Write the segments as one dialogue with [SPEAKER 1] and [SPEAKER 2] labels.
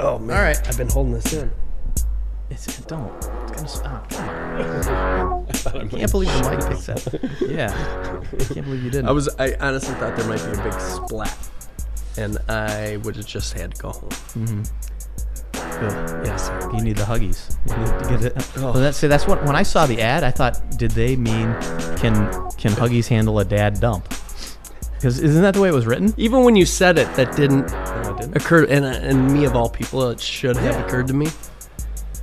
[SPEAKER 1] Oh man!
[SPEAKER 2] All right.
[SPEAKER 1] I've been holding this in.
[SPEAKER 2] It's, don't. It's gonna stop.
[SPEAKER 3] I
[SPEAKER 2] Can't believe the mic picks up. Yeah. Can't believe you didn't.
[SPEAKER 1] I was. I honestly thought there might be a big splat, and I would have just had to go home.
[SPEAKER 2] Good.
[SPEAKER 1] Yes.
[SPEAKER 2] You need the huggies. You need to get it.
[SPEAKER 1] Oh.
[SPEAKER 2] Well, that's, see, that's what when I saw the ad, I thought, did they mean can can huggies handle a dad dump? Because isn't that the way it was written?
[SPEAKER 1] Even when you said it, that didn't
[SPEAKER 2] No, it didn't.
[SPEAKER 1] occur. And and me of all people, it should have
[SPEAKER 2] Yeah.
[SPEAKER 1] occurred to me.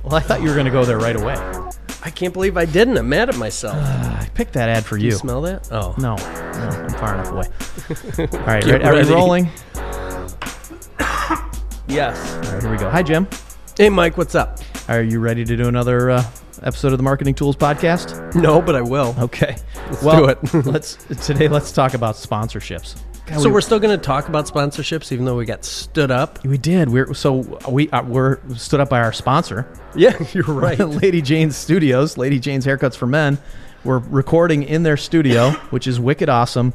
[SPEAKER 2] Well, I thought you were gonna go there right away.
[SPEAKER 1] I can't believe I didn't. I'm mad at myself.
[SPEAKER 2] I picked that ad for you.
[SPEAKER 1] You smell that? Oh.
[SPEAKER 2] No, no, I'm far enough away. All right,
[SPEAKER 1] Get
[SPEAKER 2] right are
[SPEAKER 1] ready.
[SPEAKER 2] we rolling?
[SPEAKER 1] Yes.
[SPEAKER 2] All right, here we go. Hi, Jim.
[SPEAKER 1] Hey, Mike. What's up?
[SPEAKER 2] Are you ready to do another uh, episode of the Marketing Tools Podcast?
[SPEAKER 1] No, but I will.
[SPEAKER 2] Okay. Let's
[SPEAKER 1] do it.
[SPEAKER 2] let's today. Let's talk about sponsorships. God,
[SPEAKER 1] So
[SPEAKER 2] we,
[SPEAKER 1] we're still going to talk about sponsorships, even though we got stood up.
[SPEAKER 2] we did. We're so we uh, we're stood up by our sponsor,
[SPEAKER 1] Yeah, you're right.
[SPEAKER 2] Lady Jane's Studios, Lady Jane's Haircuts for Men. We're recording in their studio, which is wicked awesome,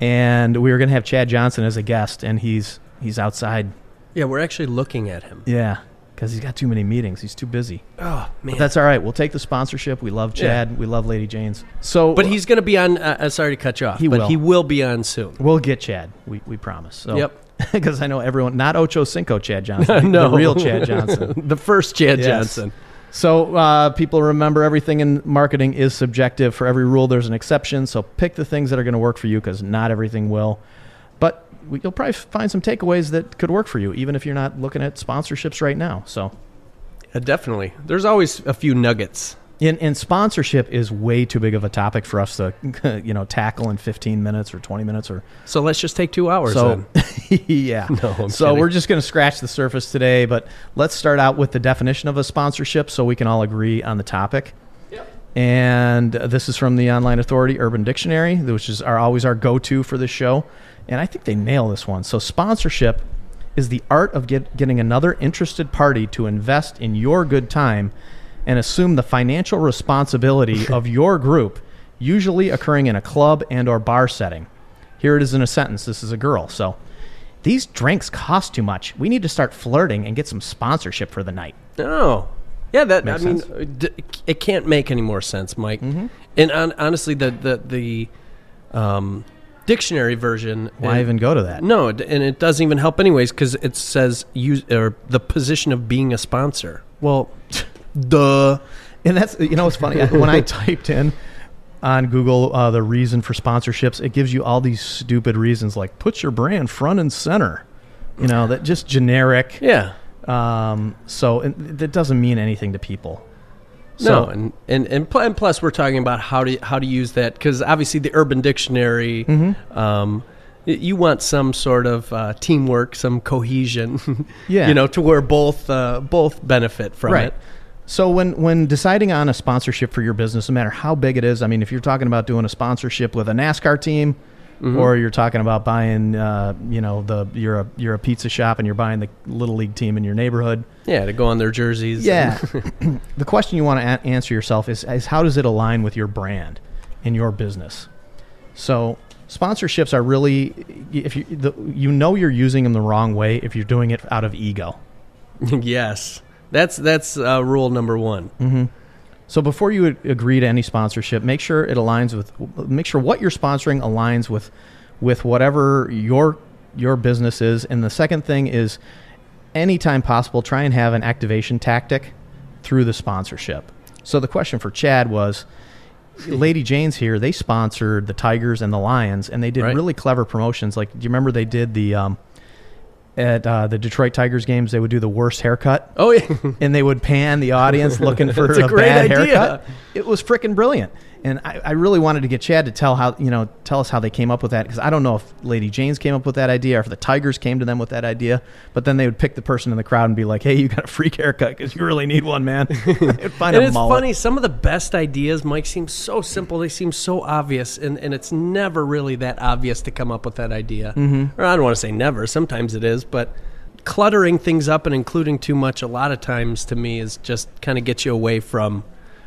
[SPEAKER 2] and we were gonna have Chad Johnson as a guest, and he's he's outside.
[SPEAKER 1] yeah, we're actually looking at him.
[SPEAKER 2] Yeah, because he's got too many meetings. He's too busy.
[SPEAKER 1] Oh man.
[SPEAKER 2] But that's all right. We'll take the sponsorship. We love Chad. We love Lady Jane's. So,
[SPEAKER 1] But he's going to be on. Uh, uh, sorry to cut you off.
[SPEAKER 2] He
[SPEAKER 1] but
[SPEAKER 2] will.
[SPEAKER 1] he will be on soon.
[SPEAKER 2] we'll get Chad. We, we promise. So,
[SPEAKER 1] Yep.
[SPEAKER 2] Because I know everyone, not Ocho Cinco Chad Johnson,
[SPEAKER 1] No.
[SPEAKER 2] the real Chad Johnson.
[SPEAKER 1] the first Chad
[SPEAKER 2] Yes.
[SPEAKER 1] Johnson.
[SPEAKER 2] So uh, people remember everything in marketing is subjective. For every rule, there's an exception. So pick the things that are going to work for you because not everything will. But we, you'll probably find some takeaways that could work for you, even if you're not looking at sponsorships right now. So
[SPEAKER 1] Uh, definitely. There's always a few nuggets.
[SPEAKER 2] And, and sponsorship is way too big of a topic for us to, you know, tackle in 15 minutes or 20 minutes or
[SPEAKER 1] So let's just take two hours.
[SPEAKER 2] so.
[SPEAKER 1] then.
[SPEAKER 2] yeah.
[SPEAKER 1] No, I'm
[SPEAKER 2] so
[SPEAKER 1] kidding.
[SPEAKER 2] we're just going to scratch the surface today, but let's start out with the definition of a sponsorship so we can all agree on the topic. And uh, this is from the Online Authority Urban Dictionary, which is our, always our go to for this show. And I think they nail this one. So, sponsorship is the art of get, getting another interested party to invest in your good time and assume the financial responsibility of your group, usually occurring in a club and or bar setting. Here it is in a sentence. This is a girl. So, these drinks cost too much. We need to start flirting and get some sponsorship for the night.
[SPEAKER 1] Oh, yeah. That
[SPEAKER 2] Makes
[SPEAKER 1] I mean,
[SPEAKER 2] sense.
[SPEAKER 1] uh, d- it can't make any more sense, Mike. And on, honestly, the the the um, dictionary version.
[SPEAKER 2] Why even go to that?
[SPEAKER 1] No, d- and it doesn't even help anyways because it says use or the position of being a sponsor.
[SPEAKER 2] Well,
[SPEAKER 1] Duh.
[SPEAKER 2] And that's you know it's funny when I typed in on Google uh, the reason for sponsorships, it gives you all these stupid reasons like put your brand front and center, you know that just generic.
[SPEAKER 1] Yeah.
[SPEAKER 2] Um, so and that doesn't mean anything to people.
[SPEAKER 1] No,
[SPEAKER 2] So-
[SPEAKER 1] and and and, pl- and plus we're talking about how to how to use that because obviously the Urban Dictionary, um, y- you want some sort of uh, teamwork, some cohesion,
[SPEAKER 2] Yeah.
[SPEAKER 1] you know, to where both uh, both benefit from it.
[SPEAKER 2] So when when deciding on a sponsorship for your business, no matter how big it is, I mean, if you're talking about doing a sponsorship with a NASCAR team, or you're talking about buying, uh, you know, the you're a you're a pizza shop and you're buying the little league team in your neighborhood.
[SPEAKER 1] Yeah, to go on their jerseys.
[SPEAKER 2] Yeah. the question you want to a- answer yourself is, is how does it align with your brand and your business? So sponsorships are really if you the, you know you're using them the wrong way if you're doing it out of ego.
[SPEAKER 1] And- yes, that's that's uh, rule number one.
[SPEAKER 2] Mm. So before you a- agree to any sponsorship, make sure it aligns with make sure what you're sponsoring aligns with with whatever your your business is. And the second thing is anytime possible try and have an activation tactic through the sponsorship. So the question for Chad was Lady Jane's here, they sponsored the Tigers and the Lions and they did
[SPEAKER 1] Right.
[SPEAKER 2] really clever promotions like do you remember they did the um at uh, the Detroit Tigers games, they would do the worst haircut
[SPEAKER 1] Oh yeah,
[SPEAKER 2] and they would pan the audience looking for
[SPEAKER 1] That's a
[SPEAKER 2] a,
[SPEAKER 1] great
[SPEAKER 2] bad
[SPEAKER 1] idea.
[SPEAKER 2] haircut. It was freaking brilliant, and I, I really wanted to get Chad to tell how you know tell us how they came up with that because I don't know if Lady Jane's came up with that idea or if the Tigers came to them with that idea. But then they would pick the person in the crowd and be like, "Hey, you got a freak haircut because you really need one, man." They'd find
[SPEAKER 1] and
[SPEAKER 2] a
[SPEAKER 1] it's
[SPEAKER 2] mullet.
[SPEAKER 1] funny. Some of the best ideas, Mike, seem so simple. They seem so obvious, and, and it's never really that obvious to come up with that idea. Mm-hmm. Or I don't want to say never. Sometimes it is, but cluttering things up and including too much a lot of times to me is just kind of gets you away from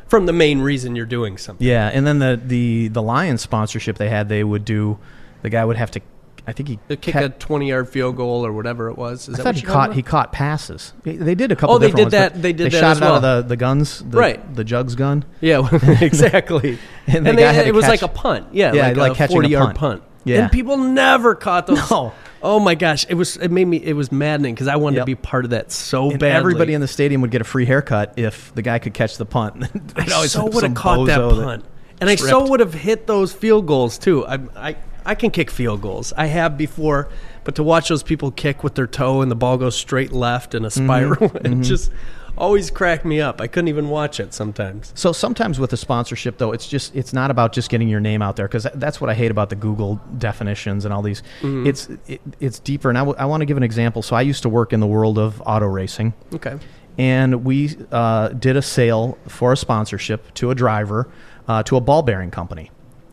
[SPEAKER 1] from the main reason you're doing something.
[SPEAKER 2] Yeah, and then the the the Lions sponsorship they had, they would do the guy would have to I think he
[SPEAKER 1] They kick
[SPEAKER 2] ca-
[SPEAKER 1] a 20 yard field goal or whatever it was. Is that
[SPEAKER 2] I thought
[SPEAKER 1] what
[SPEAKER 2] he
[SPEAKER 1] you're
[SPEAKER 2] caught.
[SPEAKER 1] talking
[SPEAKER 2] He
[SPEAKER 1] about?
[SPEAKER 2] caught passes. They- They did a couple.
[SPEAKER 1] Oh, they
[SPEAKER 2] different
[SPEAKER 1] did that-
[SPEAKER 2] ones, but
[SPEAKER 1] they did
[SPEAKER 2] They
[SPEAKER 1] that
[SPEAKER 2] shot
[SPEAKER 1] as
[SPEAKER 2] it out of
[SPEAKER 1] well.
[SPEAKER 2] the, the guns. The,
[SPEAKER 1] Right.
[SPEAKER 2] The jugs gun.
[SPEAKER 1] Yeah, exactly.
[SPEAKER 2] And the guy had to
[SPEAKER 1] it was
[SPEAKER 2] catch-
[SPEAKER 1] like a punt. Yeah,
[SPEAKER 2] Yeah, like
[SPEAKER 1] like, a
[SPEAKER 2] catching a
[SPEAKER 1] 40 yard
[SPEAKER 2] punt.
[SPEAKER 1] punt.
[SPEAKER 2] Yeah.
[SPEAKER 1] And people never caught those.
[SPEAKER 2] No.
[SPEAKER 1] Oh my gosh, it was it made me it was maddening because I wanted
[SPEAKER 2] Yep.
[SPEAKER 1] to be part of that so
[SPEAKER 2] And
[SPEAKER 1] badly.
[SPEAKER 2] everybody in the stadium would get a free haircut if the guy could catch the punt. There'd
[SPEAKER 1] I
[SPEAKER 2] always
[SPEAKER 1] so
[SPEAKER 2] some
[SPEAKER 1] would have caught that
[SPEAKER 2] bozo
[SPEAKER 1] punt, and I so
[SPEAKER 2] tripped.
[SPEAKER 1] would have hit those field goals too. I, I I can kick field goals. I have before, but to watch those people kick with their toe and the ball goes straight left in a
[SPEAKER 2] Mm-hmm.
[SPEAKER 1] spiral, it just always cracked me up. I couldn't even watch it sometimes.
[SPEAKER 2] So sometimes with a sponsorship, though, it's just it's not about just getting your name out there because that's what I hate about the Google definitions and all these.
[SPEAKER 1] Mm-hmm.
[SPEAKER 2] It's it, it's deeper, and I want to give an example. So I used to work in the world of auto racing,
[SPEAKER 1] Okay.
[SPEAKER 2] and we uh, did a sale for a sponsorship to a driver uh, to a ball bearing company.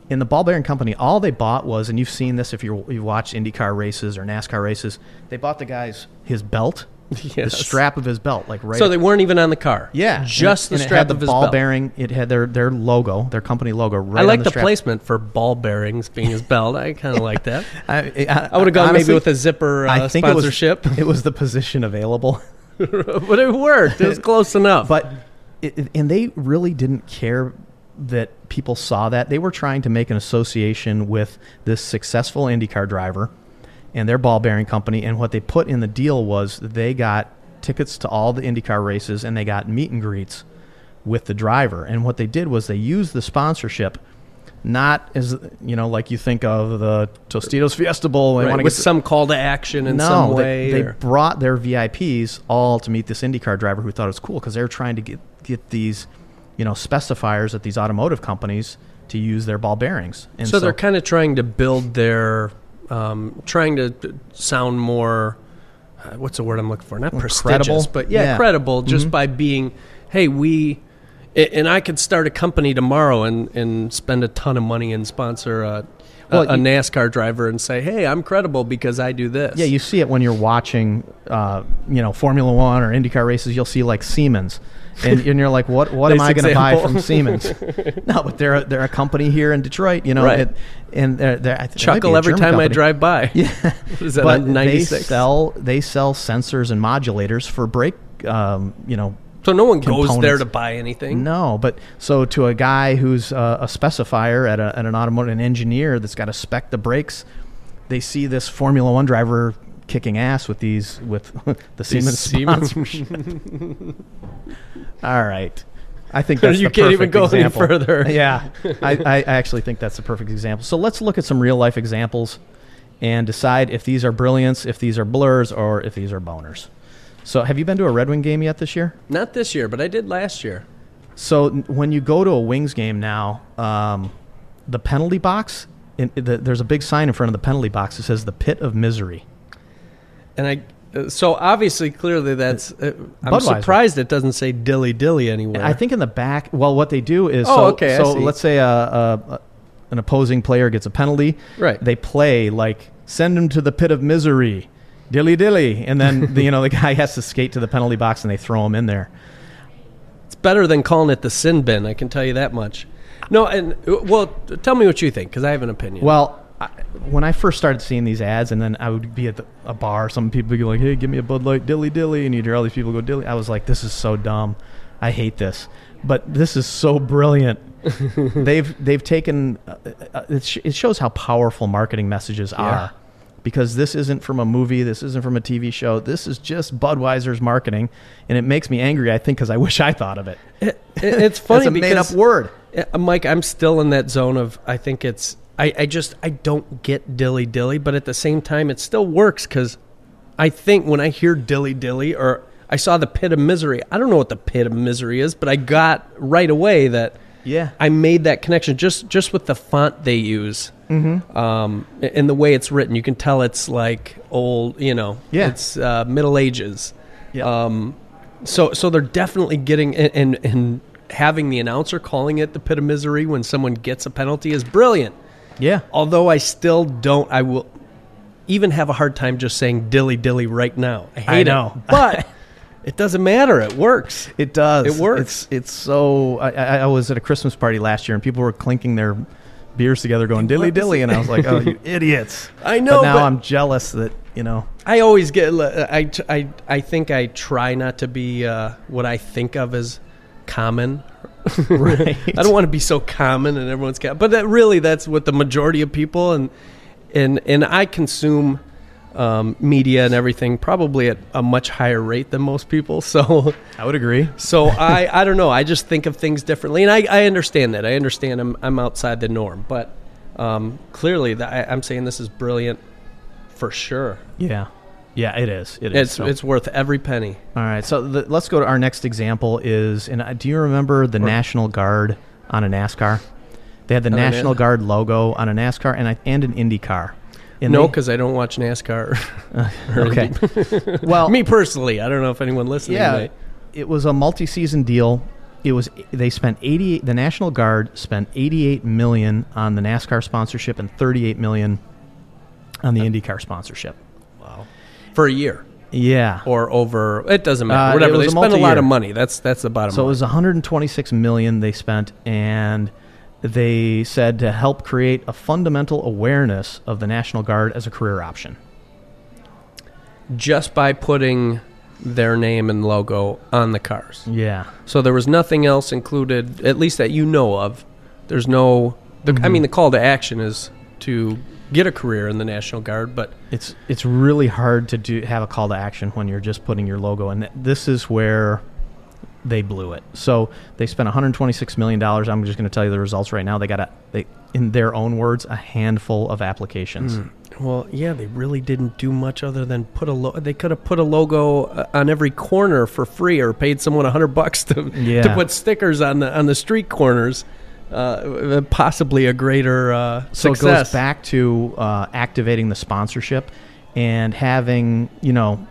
[SPEAKER 2] In the ball bearing company, all they bought was, and you've seen this if you're, you've watched IndyCar races or NASCAR races, they bought the guy's his belt,
[SPEAKER 1] Yes.
[SPEAKER 2] the strap of his belt, like right.
[SPEAKER 1] So they weren't even on the car.
[SPEAKER 2] yeah,
[SPEAKER 1] Just
[SPEAKER 2] And
[SPEAKER 1] the
[SPEAKER 2] it- and it
[SPEAKER 1] strap
[SPEAKER 2] had the
[SPEAKER 1] of his
[SPEAKER 2] ball
[SPEAKER 1] belt.
[SPEAKER 2] bearing. It had their their logo, their company logo. Right
[SPEAKER 1] I
[SPEAKER 2] on
[SPEAKER 1] like the,
[SPEAKER 2] the, strap.
[SPEAKER 1] placement for ball bearings being his belt. I kind of like that.
[SPEAKER 2] I,
[SPEAKER 1] I would have gone
[SPEAKER 2] honestly,
[SPEAKER 1] maybe with a zipper uh,
[SPEAKER 2] I think
[SPEAKER 1] sponsorship,
[SPEAKER 2] It was, it was the position available.
[SPEAKER 1] but it worked. It was close enough.
[SPEAKER 2] but it, it- and they really didn't care that people saw that they were trying to make an association with this successful IndyCar driver and their ball bearing company and what they put in the deal was that they got tickets to all the IndyCar races and they got meet and greets with the driver and what they did was they used the sponsorship not as you know like you think of the Tostitos Fiesta Bowl they
[SPEAKER 1] Right,
[SPEAKER 2] wanna
[SPEAKER 1] with
[SPEAKER 2] get-
[SPEAKER 1] some call to action in
[SPEAKER 2] no,
[SPEAKER 1] some
[SPEAKER 2] they-
[SPEAKER 1] way.
[SPEAKER 2] They,
[SPEAKER 1] or-
[SPEAKER 2] brought their VIPs all to meet this IndyCar driver who thought it was cool because they were trying to get get these, you know, specifiers at these automotive companies to use their ball bearings. And
[SPEAKER 1] so, they're kind of trying to build their, um, trying to sound more. Uh, what's the word I'm looking for? Not prestigious,
[SPEAKER 2] credible?
[SPEAKER 1] but yeah,
[SPEAKER 2] Yeah. Mm-hmm.
[SPEAKER 1] credible. Just by being, hey, we, a- and I could start a company tomorrow and and spend a ton of money and sponsor a. a-
[SPEAKER 2] Well,
[SPEAKER 1] a
[SPEAKER 2] you-
[SPEAKER 1] NASCAR driver and say, "Hey, I'm credible because I do this."
[SPEAKER 2] yeah, you see it when you're watching, uh, you know, Formula One or IndyCar races. You'll see like Siemens, and, and you're like, what What am
[SPEAKER 1] Nice
[SPEAKER 2] I going to buy
[SPEAKER 1] example.
[SPEAKER 2] from Siemens? no, but they're a, they're a company here in Detroit, you know,
[SPEAKER 1] Right.
[SPEAKER 2] and, and they're, they're, I think they might be
[SPEAKER 1] chuckle
[SPEAKER 2] a
[SPEAKER 1] every
[SPEAKER 2] German
[SPEAKER 1] time I
[SPEAKER 2] company.
[SPEAKER 1] drive by.
[SPEAKER 2] Yeah,
[SPEAKER 1] Is that
[SPEAKER 2] but
[SPEAKER 1] on 96?
[SPEAKER 2] they sell they sell sensors and modulators for brake. Um, you know,
[SPEAKER 1] so no one goes there
[SPEAKER 2] components.
[SPEAKER 1] to buy anything.
[SPEAKER 2] no, but so to a guy who's uh, a specifier at, a, at an automotive an engineer that's got to spec the brakes, they see this Formula One driver kicking ass with these with the Siemens
[SPEAKER 1] Siemens-
[SPEAKER 2] sponsorship. All right. I think that's
[SPEAKER 1] You
[SPEAKER 2] the
[SPEAKER 1] can't even
[SPEAKER 2] perfect
[SPEAKER 1] go any
[SPEAKER 2] example.
[SPEAKER 1] further.
[SPEAKER 2] Yeah, I, I actually think that's the perfect example. So let's look at some real life examples and decide if these are brilliance, if these are blurs, or if these are boners. So, have you been to a Red Wing game yet this year?
[SPEAKER 1] Not this year, but I did last year.
[SPEAKER 2] So n- when you go to a Wings game now, um, the penalty box, in, the, there's a big sign in front of the penalty box that says the pit of misery.
[SPEAKER 1] And I, uh, so obviously, clearly, that's. Uh, I'm
[SPEAKER 2] Budweiser.
[SPEAKER 1] surprised it doesn't say dilly dilly anywhere.
[SPEAKER 2] I think in the back, well, what they do is
[SPEAKER 1] Oh,
[SPEAKER 2] so,
[SPEAKER 1] okay, I
[SPEAKER 2] so
[SPEAKER 1] see.
[SPEAKER 2] let's say a, a, a- an opposing player gets a penalty.
[SPEAKER 1] Right.
[SPEAKER 2] They play like send him to the pit of misery, dilly dilly, and then the, you know the guy has to skate to the penalty box and they throw him in there.
[SPEAKER 1] it's better than calling it the sin bin. I can tell you that much. No, and uh, well, t- tell me what you think because I have an opinion.
[SPEAKER 2] Well, I, when I first started seeing these ads, and then I would be at the, a bar, some people would be like, "Hey, give me a Bud Light, dilly dilly," and you'd hear all these people go dilly. I was like, "This is so dumb. I hate this." But this is so brilliant. they've they've taken uh, uh, it, sh- it shows how powerful marketing messages are because this isn't from a movie this isn't from a tv show this is just budweiser's marketing and it makes me angry i think because i wish i thought of it
[SPEAKER 1] It- it- it's funny
[SPEAKER 2] it's a
[SPEAKER 1] because
[SPEAKER 2] made-up word
[SPEAKER 1] Yeah, Mike, I'm still in that zone of I think it's I, I just I don't get dilly dilly, but at the same time it still works because I think when I hear dilly dilly or I saw the pit of misery, I don't know what the pit of misery is, but I got right away that
[SPEAKER 2] yeah
[SPEAKER 1] I made that connection just just with the font they use, mm-hmm. um, and the way it's written. You can tell it's like old, you know,
[SPEAKER 2] Yeah.
[SPEAKER 1] it's uh, Middle Ages.
[SPEAKER 2] Yeah.
[SPEAKER 1] Um, so so they're definitely getting and, and and having the announcer calling it the pit of misery when someone gets a penalty is brilliant.
[SPEAKER 2] yeah
[SPEAKER 1] Although I still don't, I will even have a hard time just saying dilly dilly right now. I hate
[SPEAKER 2] know.
[SPEAKER 1] it, but it doesn't matter. It works.
[SPEAKER 2] It does.
[SPEAKER 1] It works.
[SPEAKER 2] It's, it's so. I, I I was at a Christmas party last year, and people were clinking their beers together going dilly dilly, and I was like, oh, you idiots.
[SPEAKER 1] I know,
[SPEAKER 2] But now
[SPEAKER 1] but-
[SPEAKER 2] I'm jealous that, you know,
[SPEAKER 1] I always get. I, I, I think I try not to be uh, what I think of as common.
[SPEAKER 2] Right.
[SPEAKER 1] I don't want to be so common and everyone's got. But that really, that's what the majority of people and and and I consume um, media and everything probably at a much higher rate than most people. So
[SPEAKER 2] I would agree.
[SPEAKER 1] so I, I don't know. I just think of things differently, and I, I understand that. I understand I'm, I'm outside the norm, but um, clearly the, I, I'm saying this is brilliant for sure.
[SPEAKER 2] Yeah. Yeah, it is. It is.
[SPEAKER 1] It's
[SPEAKER 2] so-
[SPEAKER 1] it's worth every penny.
[SPEAKER 2] All right, so the, let's go to our next example. Is and I- do you remember the National Guard on a NASCAR? They had the
[SPEAKER 1] On a Na-
[SPEAKER 2] National Guard logo on a NASCAR and a, and an IndyCar. And
[SPEAKER 1] no,
[SPEAKER 2] they-
[SPEAKER 1] because I don't watch NASCAR.
[SPEAKER 2] okay. well,
[SPEAKER 1] Me personally, I don't know if anyone listening.
[SPEAKER 2] yeah,
[SPEAKER 1] might.
[SPEAKER 2] it was a multi-season deal. It was they spent 88 the National Guard spent 88 million on the NASCAR sponsorship and 38 million on the IndyCar sponsorship.
[SPEAKER 1] for a year
[SPEAKER 2] Yeah.
[SPEAKER 1] or over. It doesn't
[SPEAKER 2] Uh,
[SPEAKER 1] matter.
[SPEAKER 2] it
[SPEAKER 1] Whatever.
[SPEAKER 2] was
[SPEAKER 1] They
[SPEAKER 2] a
[SPEAKER 1] spend a lot
[SPEAKER 2] multi-year.
[SPEAKER 1] of money. That's that's the bottom.
[SPEAKER 2] So it
[SPEAKER 1] line.
[SPEAKER 2] was 126 million they spent, and they said to help create a fundamental awareness of the National Guard as a career option.
[SPEAKER 1] just by putting their name and logo on the cars.
[SPEAKER 2] Yeah,
[SPEAKER 1] So there was nothing else included, at least that you know of. There's no. The,
[SPEAKER 2] Mm-hmm.
[SPEAKER 1] I mean, the call to action is to get a career in the National Guard, but
[SPEAKER 2] it's it's really hard to do have a call to action when you're just putting your logo, and th- this is where they blew it. So they spent 126 million dollars. I'm just going to tell you the results right now. They got a they in their own words a handful of
[SPEAKER 1] Hmm.
[SPEAKER 2] applications.
[SPEAKER 1] Mm. Well, yeah, they really didn't do much other than put a lo- they could have put a logo uh, on every corner for free or paid someone a 100 bucks to to
[SPEAKER 2] Yeah.
[SPEAKER 1] put stickers on the on the street corners. Uh, possibly a greater uh,
[SPEAKER 2] so
[SPEAKER 1] success.
[SPEAKER 2] it goes back to uh, activating the sponsorship and having you know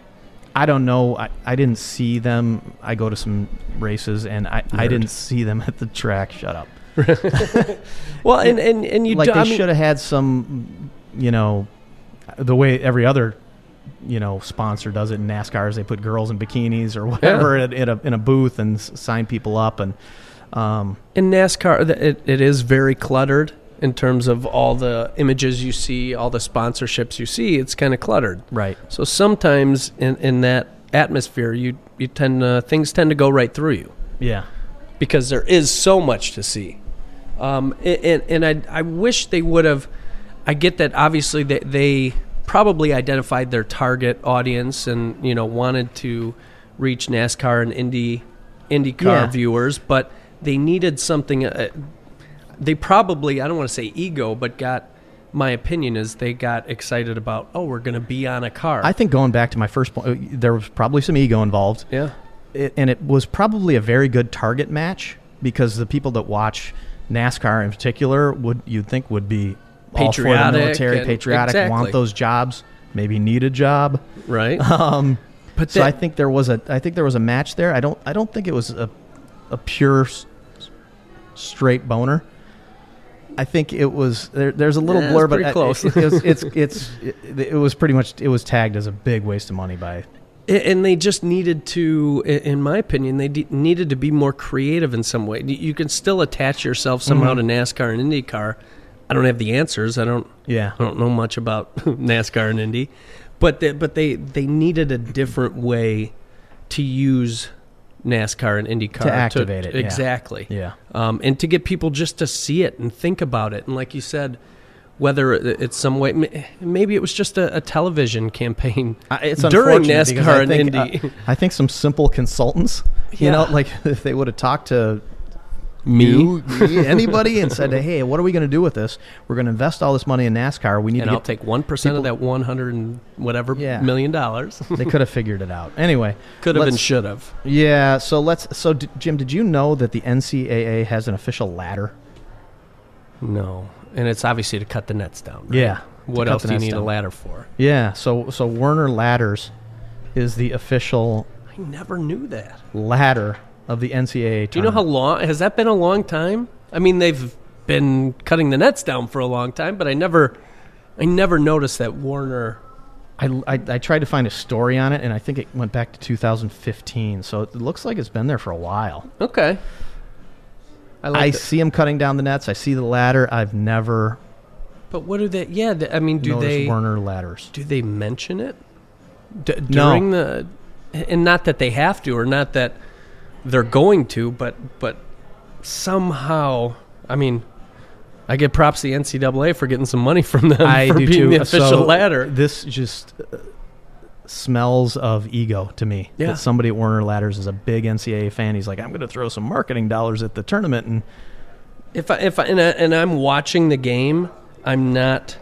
[SPEAKER 2] i don't know I, I didn't see them i go to some races and i, I
[SPEAKER 1] Nerd.
[SPEAKER 2] didn't see them at the track shut up
[SPEAKER 1] Well, and and and you
[SPEAKER 2] like
[SPEAKER 1] do,
[SPEAKER 2] they
[SPEAKER 1] I mean,
[SPEAKER 2] should have had some you know the way every other you know sponsor does it in nascar is they put girls in bikinis or whatever in, in, a, in a booth and s- sign people up and um,
[SPEAKER 1] in NASCAR, th- it, it is very cluttered in terms of all the images you see, all the sponsorships you see. It's kind of cluttered.
[SPEAKER 2] right
[SPEAKER 1] So sometimes in, in that atmosphere, you you tend to, things tend to go right through you.
[SPEAKER 2] yeah
[SPEAKER 1] because there is so much to see. Um, and and and I, I wish they would have. I get that obviously they, they probably identified their target audience and you know wanted to reach NASCAR and Indy IndyCar
[SPEAKER 2] Yeah.
[SPEAKER 1] viewers, but they needed something. Uh, they probably I don't want to say ego, but got my opinion is they got excited about oh we're going to be on a car.
[SPEAKER 2] i think going back to my first point uh, there was probably some ego involved
[SPEAKER 1] yeah.
[SPEAKER 2] it, and it was probably a very good target match because the people that watch NASCAR in particular would you'd think would be all for the
[SPEAKER 1] Patriotic
[SPEAKER 2] military,
[SPEAKER 1] and-
[SPEAKER 2] patriotic,
[SPEAKER 1] exactly.
[SPEAKER 2] want those jobs, maybe need a job.
[SPEAKER 1] Right.
[SPEAKER 2] Um,
[SPEAKER 1] But
[SPEAKER 2] so
[SPEAKER 1] that-
[SPEAKER 2] I think there was a I think there was a match there. I don't I don't think it was a a pure s- straight boner. I think it was there, there's a little
[SPEAKER 1] Yeah, it's
[SPEAKER 2] blur, but
[SPEAKER 1] pretty
[SPEAKER 2] I-
[SPEAKER 1] close.
[SPEAKER 2] It, it was, it's it's it, it was pretty much it was tagged as a big waste of money by
[SPEAKER 1] A- And they just needed to, i- in my opinion, they de- needed to be more creative in some way. Y- You can still attach yourself somehow
[SPEAKER 2] Mm-hmm.
[SPEAKER 1] to NASCAR and IndyCar. I don't have the answers. I don't.
[SPEAKER 2] yeah
[SPEAKER 1] I don't know much about NASCAR and Indy, but they, but they they needed a different way to use NASCAR and IndyCar
[SPEAKER 2] activate it, yeah.
[SPEAKER 1] exactly
[SPEAKER 2] yeah
[SPEAKER 1] um, and to get people just to see it and think about it. And like you said, whether it- it's some way, m- maybe it was just a, a television campaign
[SPEAKER 2] I- it's
[SPEAKER 1] during
[SPEAKER 2] unfortunate because
[SPEAKER 1] NASCAR
[SPEAKER 2] I
[SPEAKER 1] and
[SPEAKER 2] think,
[SPEAKER 1] Indy.
[SPEAKER 2] uh, I think some simple consultants, you know,
[SPEAKER 1] Yeah.
[SPEAKER 2] like if they would have talked to
[SPEAKER 1] Me?
[SPEAKER 2] you, me, anybody, and said, "Hey, what are we going to do with this? We're going to invest all this money in NASCAR. We need
[SPEAKER 1] and
[SPEAKER 2] to
[SPEAKER 1] I'll
[SPEAKER 2] get."
[SPEAKER 1] take one percent of that one hundred and whatever
[SPEAKER 2] Yeah.
[SPEAKER 1] million dollars.
[SPEAKER 2] they could have figured it out. Anyway,
[SPEAKER 1] Could have and
[SPEAKER 2] let's-
[SPEAKER 1] should have.
[SPEAKER 2] Yeah. So let's. So d- Jim, did you know that the NCAA has an official ladder?
[SPEAKER 1] No, and it's obviously to cut the nets down. right?
[SPEAKER 2] Yeah.
[SPEAKER 1] What
[SPEAKER 2] To cut
[SPEAKER 1] else
[SPEAKER 2] the
[SPEAKER 1] do you
[SPEAKER 2] nets
[SPEAKER 1] need a
[SPEAKER 2] down.
[SPEAKER 1] ladder for?
[SPEAKER 2] Yeah. So so Werner Ladders is the official
[SPEAKER 1] I never knew that.
[SPEAKER 2] ladder of the NCAA.
[SPEAKER 1] Do you know how long has that been? A long time. I mean, they've been cutting the nets down for a long time, but I never, I never noticed that Warner.
[SPEAKER 2] I, I, I tried to find a story on it, and I think it went back to 2015. So it looks like it's been there for a while.
[SPEAKER 1] Okay. I
[SPEAKER 2] I
[SPEAKER 1] like.
[SPEAKER 2] see them cutting down the nets. I see the ladder. I've never
[SPEAKER 1] But what do they? Yeah, th- I mean, do
[SPEAKER 2] noticed
[SPEAKER 1] they
[SPEAKER 2] Werner ladders.
[SPEAKER 1] do they mention it D-
[SPEAKER 2] No.
[SPEAKER 1] during the? And not that they have to, or not that they're going to, but but somehow, I mean, I give props to the NCAA for getting some money from them
[SPEAKER 2] I
[SPEAKER 1] for
[SPEAKER 2] do
[SPEAKER 1] being
[SPEAKER 2] too.
[SPEAKER 1] the official
[SPEAKER 2] So
[SPEAKER 1] ladder.
[SPEAKER 2] This just uh, smells of ego to me.
[SPEAKER 1] Yeah.
[SPEAKER 2] That somebody at Werner Ladders is a big NCAA fan. He's like, I'm going to throw some marketing dollars at the tournament, and
[SPEAKER 1] If I if I, and, I, and I'm watching the game, I'm not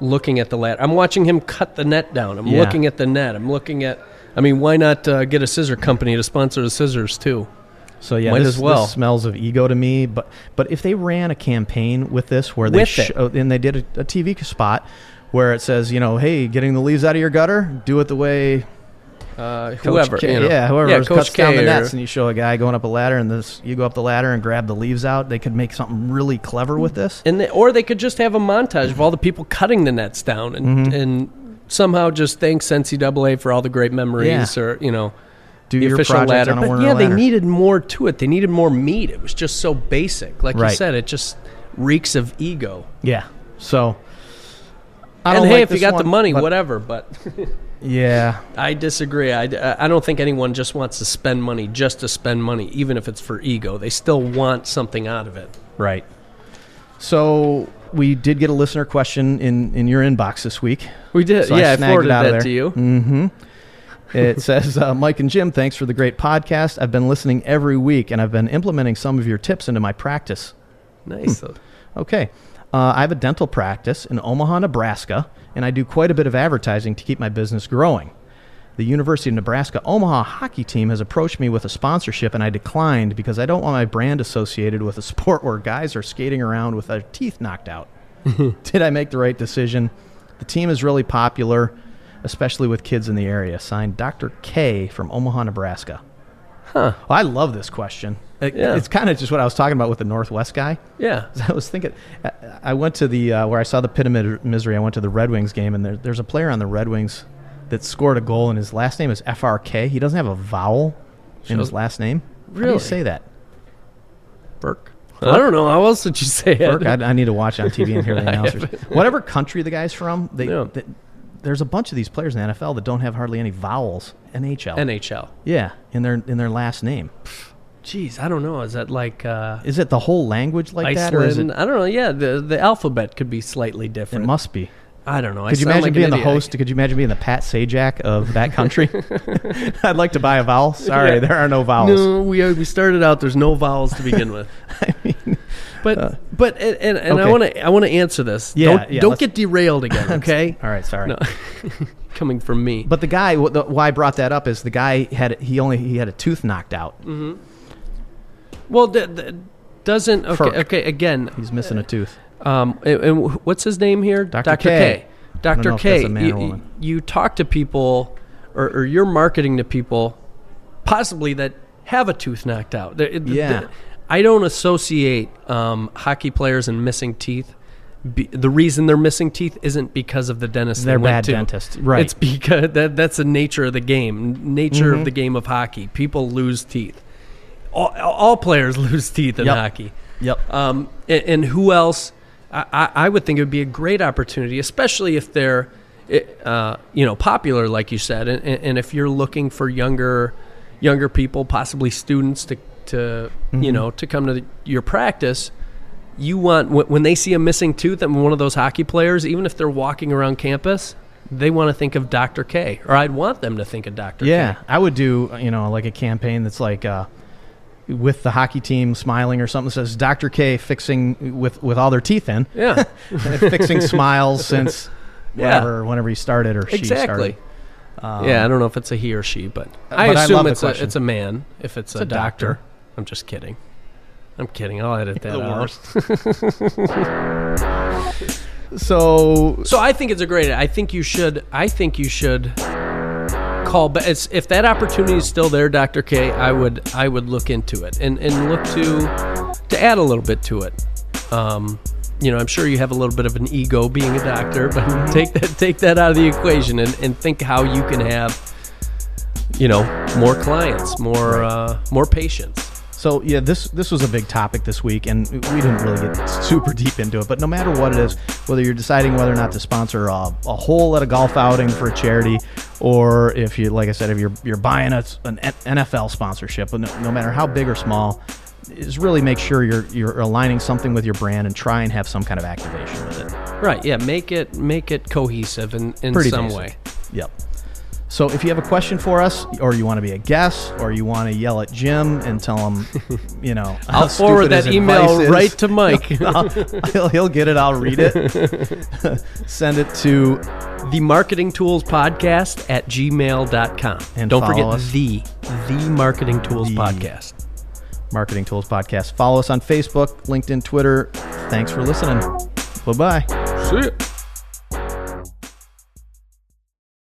[SPEAKER 1] looking at the ladder. I'm watching him cut the net down. I'm
[SPEAKER 2] Yeah.
[SPEAKER 1] looking at the net. I'm looking at. I mean, why not uh, get a scissor company to sponsor the scissors too?
[SPEAKER 2] so yeah,
[SPEAKER 1] Might
[SPEAKER 2] this,
[SPEAKER 1] as well.
[SPEAKER 2] this smells of ego to me. But but if they ran a campaign with this where they
[SPEAKER 1] With
[SPEAKER 2] sh-
[SPEAKER 1] it.
[SPEAKER 2] oh, and they did a, a TV spot where it says, you know, hey, getting the leaves out of your gutter, do it the way
[SPEAKER 1] Uh,
[SPEAKER 2] Coach
[SPEAKER 1] whoever,
[SPEAKER 2] K-
[SPEAKER 1] you know.
[SPEAKER 2] yeah, whoever
[SPEAKER 1] yeah,
[SPEAKER 2] cuts
[SPEAKER 1] Coach
[SPEAKER 2] down
[SPEAKER 1] K
[SPEAKER 2] the
[SPEAKER 1] or-
[SPEAKER 2] nets, and you show a guy going up a ladder, and this you go up the ladder and grab the leaves out. They could make something really clever with this.
[SPEAKER 1] and they, or they could just have a montage of all the people cutting the nets down and
[SPEAKER 2] Mm-hmm.
[SPEAKER 1] and somehow just thanks NCAA for all the great memories
[SPEAKER 2] Yeah.
[SPEAKER 1] or you know
[SPEAKER 2] Do
[SPEAKER 1] the
[SPEAKER 2] your
[SPEAKER 1] official
[SPEAKER 2] project
[SPEAKER 1] ladder.
[SPEAKER 2] on a
[SPEAKER 1] But
[SPEAKER 2] Werner
[SPEAKER 1] yeah, they
[SPEAKER 2] ladder.
[SPEAKER 1] needed more to it. They needed more meat. It was just so basic. Like you
[SPEAKER 2] Right.
[SPEAKER 1] said, it just reeks of ego.
[SPEAKER 2] Yeah. So. I
[SPEAKER 1] and
[SPEAKER 2] don't
[SPEAKER 1] hey,
[SPEAKER 2] like
[SPEAKER 1] if you
[SPEAKER 2] this
[SPEAKER 1] got the
[SPEAKER 2] one,
[SPEAKER 1] money,
[SPEAKER 2] but-
[SPEAKER 1] whatever. But
[SPEAKER 2] Yeah.
[SPEAKER 1] I disagree. I, I don't think anyone just wants to spend money just to spend money, even if it's for ego. They still want something out of it.
[SPEAKER 2] Right. So we did get a listener question in in your inbox this week.
[SPEAKER 1] We did.
[SPEAKER 2] So I
[SPEAKER 1] yeah, I,
[SPEAKER 2] snagged it
[SPEAKER 1] forwarded
[SPEAKER 2] out of
[SPEAKER 1] that
[SPEAKER 2] there.
[SPEAKER 1] to you.
[SPEAKER 2] Mm-hmm. It says, uh, Mike and Jim, thanks for the great podcast. I've been listening every week, and I've been implementing some of your tips into my practice.
[SPEAKER 1] Nice.
[SPEAKER 2] Mm-hmm. Okay. Uh, I have a dental practice in Omaha, Nebraska, and I do quite a bit of advertising to keep my business growing. The University of Nebraska Omaha hockey team has approached me with a sponsorship, and I declined because I don't want my brand associated with a sport where guys are skating around with their teeth knocked out. Did I make the right decision? The team is really popular, especially with kids in the area. Signed Dr. K from Omaha, Nebraska.
[SPEAKER 1] Huh.
[SPEAKER 2] Well, I love this question. It-
[SPEAKER 1] Yeah.
[SPEAKER 2] It's kind of just what I was talking about with the Northwest guy.
[SPEAKER 1] Yeah.
[SPEAKER 2] I was thinking, I- I went to the uh, where I saw the pyramid of misery. I went to the Red Wings game, and there, there's a player on the Red Wings that scored a goal, and his last name is FRK. He doesn't have a vowel in his
[SPEAKER 1] Shows-
[SPEAKER 2] last name. How do
[SPEAKER 1] Really?
[SPEAKER 2] you say that?
[SPEAKER 1] Burke. I don't know. How else did you say it?
[SPEAKER 2] Burke? I, I need to watch it on TV and hear the
[SPEAKER 1] I
[SPEAKER 2] announcers. Whatever country the guy's from, they,
[SPEAKER 1] Yeah.
[SPEAKER 2] th- there's a bunch of these players in the NFL that don't have hardly any vowels. NHL.
[SPEAKER 1] NHL.
[SPEAKER 2] yeah, in their in their last name.
[SPEAKER 1] Jeez, I don't know. Is that like uh,
[SPEAKER 2] Is it the whole language like that, or is
[SPEAKER 1] Iceland?
[SPEAKER 2] it?
[SPEAKER 1] I don't know. Yeah, the the alphabet could be slightly
[SPEAKER 2] It
[SPEAKER 1] different.
[SPEAKER 2] must be.
[SPEAKER 1] I don't know. I
[SPEAKER 2] Could you
[SPEAKER 1] sound
[SPEAKER 2] imagine
[SPEAKER 1] like an
[SPEAKER 2] being the
[SPEAKER 1] idiot.
[SPEAKER 2] host? Could you imagine being the Pat Sajak of that country? I'd like to buy a vowel. Sorry,
[SPEAKER 1] Yeah.
[SPEAKER 2] there are no vowels.
[SPEAKER 1] No, we uh, we started out. There's no vowels to begin with.
[SPEAKER 2] I mean, uh,
[SPEAKER 1] But but and, and, and I
[SPEAKER 2] okay.
[SPEAKER 1] want to I want to answer this.
[SPEAKER 2] Yeah,
[SPEAKER 1] don't
[SPEAKER 2] yeah,
[SPEAKER 1] don't
[SPEAKER 2] let's-
[SPEAKER 1] get derailed again. Okay.
[SPEAKER 2] all right, sorry.
[SPEAKER 1] No, coming from me.
[SPEAKER 2] But the guy, wh- the, why I brought that up is the guy had he only he had a tooth knocked out.
[SPEAKER 1] Mm. well, d- d- doesn't okay
[SPEAKER 2] Ferk.
[SPEAKER 1] okay again.
[SPEAKER 2] He's missing a tooth.
[SPEAKER 1] Um, and, and wh- what's his name here?
[SPEAKER 2] Dr.
[SPEAKER 1] K.
[SPEAKER 2] K. I don't
[SPEAKER 1] Dr.
[SPEAKER 2] know if
[SPEAKER 1] K.
[SPEAKER 2] that's a man or
[SPEAKER 1] you,
[SPEAKER 2] woman.
[SPEAKER 1] you talk to people, or, or you're marketing to people, possibly that have a tooth knocked out. The- the-
[SPEAKER 2] Yeah.
[SPEAKER 1] the- I don't associate um, hockey players and missing teeth. Be, the reason they're missing teeth isn't because of the dentist.
[SPEAKER 2] They're
[SPEAKER 1] they went
[SPEAKER 2] bad
[SPEAKER 1] to.
[SPEAKER 2] dentists. Right.
[SPEAKER 1] It's because that, that's the nature of the game. Nature
[SPEAKER 2] Mm-hmm.
[SPEAKER 1] of the game of hockey. People lose teeth. All, all players lose teeth in
[SPEAKER 2] Yep.
[SPEAKER 1] hockey.
[SPEAKER 2] Yep.
[SPEAKER 1] Um, and, and who else? I, I I would think it would be a great opportunity, especially if they're, it, uh, you know, popular, like you said, and, and and if you're looking for younger, younger people, possibly students to to you know to come to the, your practice. You want when when they see a missing tooth and one of those hockey players, even if they're walking around campus, they want to think of Dr. K, or I'd want them to think of Dr.
[SPEAKER 2] Yeah,
[SPEAKER 1] K.
[SPEAKER 2] I would do you know like a campaign that's like uh, with the hockey team smiling or something that says Dr. K fixing with with all their teeth in,
[SPEAKER 1] Yeah,
[SPEAKER 2] fixing smiles since
[SPEAKER 1] Yeah.
[SPEAKER 2] whenever whenever he started or she started. Um, Uh,
[SPEAKER 1] exactly. yeah, I don't know if it's a he or she, but I
[SPEAKER 2] but I
[SPEAKER 1] assume
[SPEAKER 2] love the
[SPEAKER 1] it's a
[SPEAKER 2] question.
[SPEAKER 1] it's a man. If it's, a,
[SPEAKER 2] a
[SPEAKER 1] doctor.
[SPEAKER 2] doctor.
[SPEAKER 1] I'm just kidding. I'm kidding. I'll edit that
[SPEAKER 2] The
[SPEAKER 1] out.
[SPEAKER 2] worst. So
[SPEAKER 1] So I think it's a great. I think you should. I think you should call. But it's, if that opportunity is still there, Doctor K, I would I would look into it and and look to to add a little bit to it. Um, you know, I'm sure you have a little bit of an ego being a doctor,
[SPEAKER 2] Mm-hmm.
[SPEAKER 1] but take that take that out of the equation and, and think how you can have, you know, more clients, more uh, more patients.
[SPEAKER 2] So yeah, this this was a big topic this week, and we didn't really get super deep into it. But no matter what it is, whether you're deciding whether or not to sponsor a, a hole at a golf outing for a charity, or if you, like I said, if you're you're buying a, an NFL sponsorship, no, no matter how big or small, is really make sure you're you're aligning something with your brand and try and have some kind of activation with it.
[SPEAKER 1] Right. Yeah. Make it make it cohesive in, in
[SPEAKER 2] Pretty
[SPEAKER 1] some
[SPEAKER 2] basic.
[SPEAKER 1] way.
[SPEAKER 2] Yep. So if you have a question for us, or you want to be a guest, or you want to yell at Jim and tell him, you know, how
[SPEAKER 1] I'll forward
[SPEAKER 2] stupid his
[SPEAKER 1] that email
[SPEAKER 2] advice is,
[SPEAKER 1] right to Mike.
[SPEAKER 2] I'll- he'll, he'll get it. I'll read it. Send it to
[SPEAKER 1] The Marketing Tools Podcast at gmail.com.
[SPEAKER 2] And
[SPEAKER 1] don't
[SPEAKER 2] follow
[SPEAKER 1] forget
[SPEAKER 2] us.
[SPEAKER 1] the the Marketing Tools
[SPEAKER 2] The-
[SPEAKER 1] Podcast.
[SPEAKER 2] Marketing Tools Podcast. Follow us on Facebook, LinkedIn, Twitter. Thanks for listening. Bye bye.
[SPEAKER 1] See ya.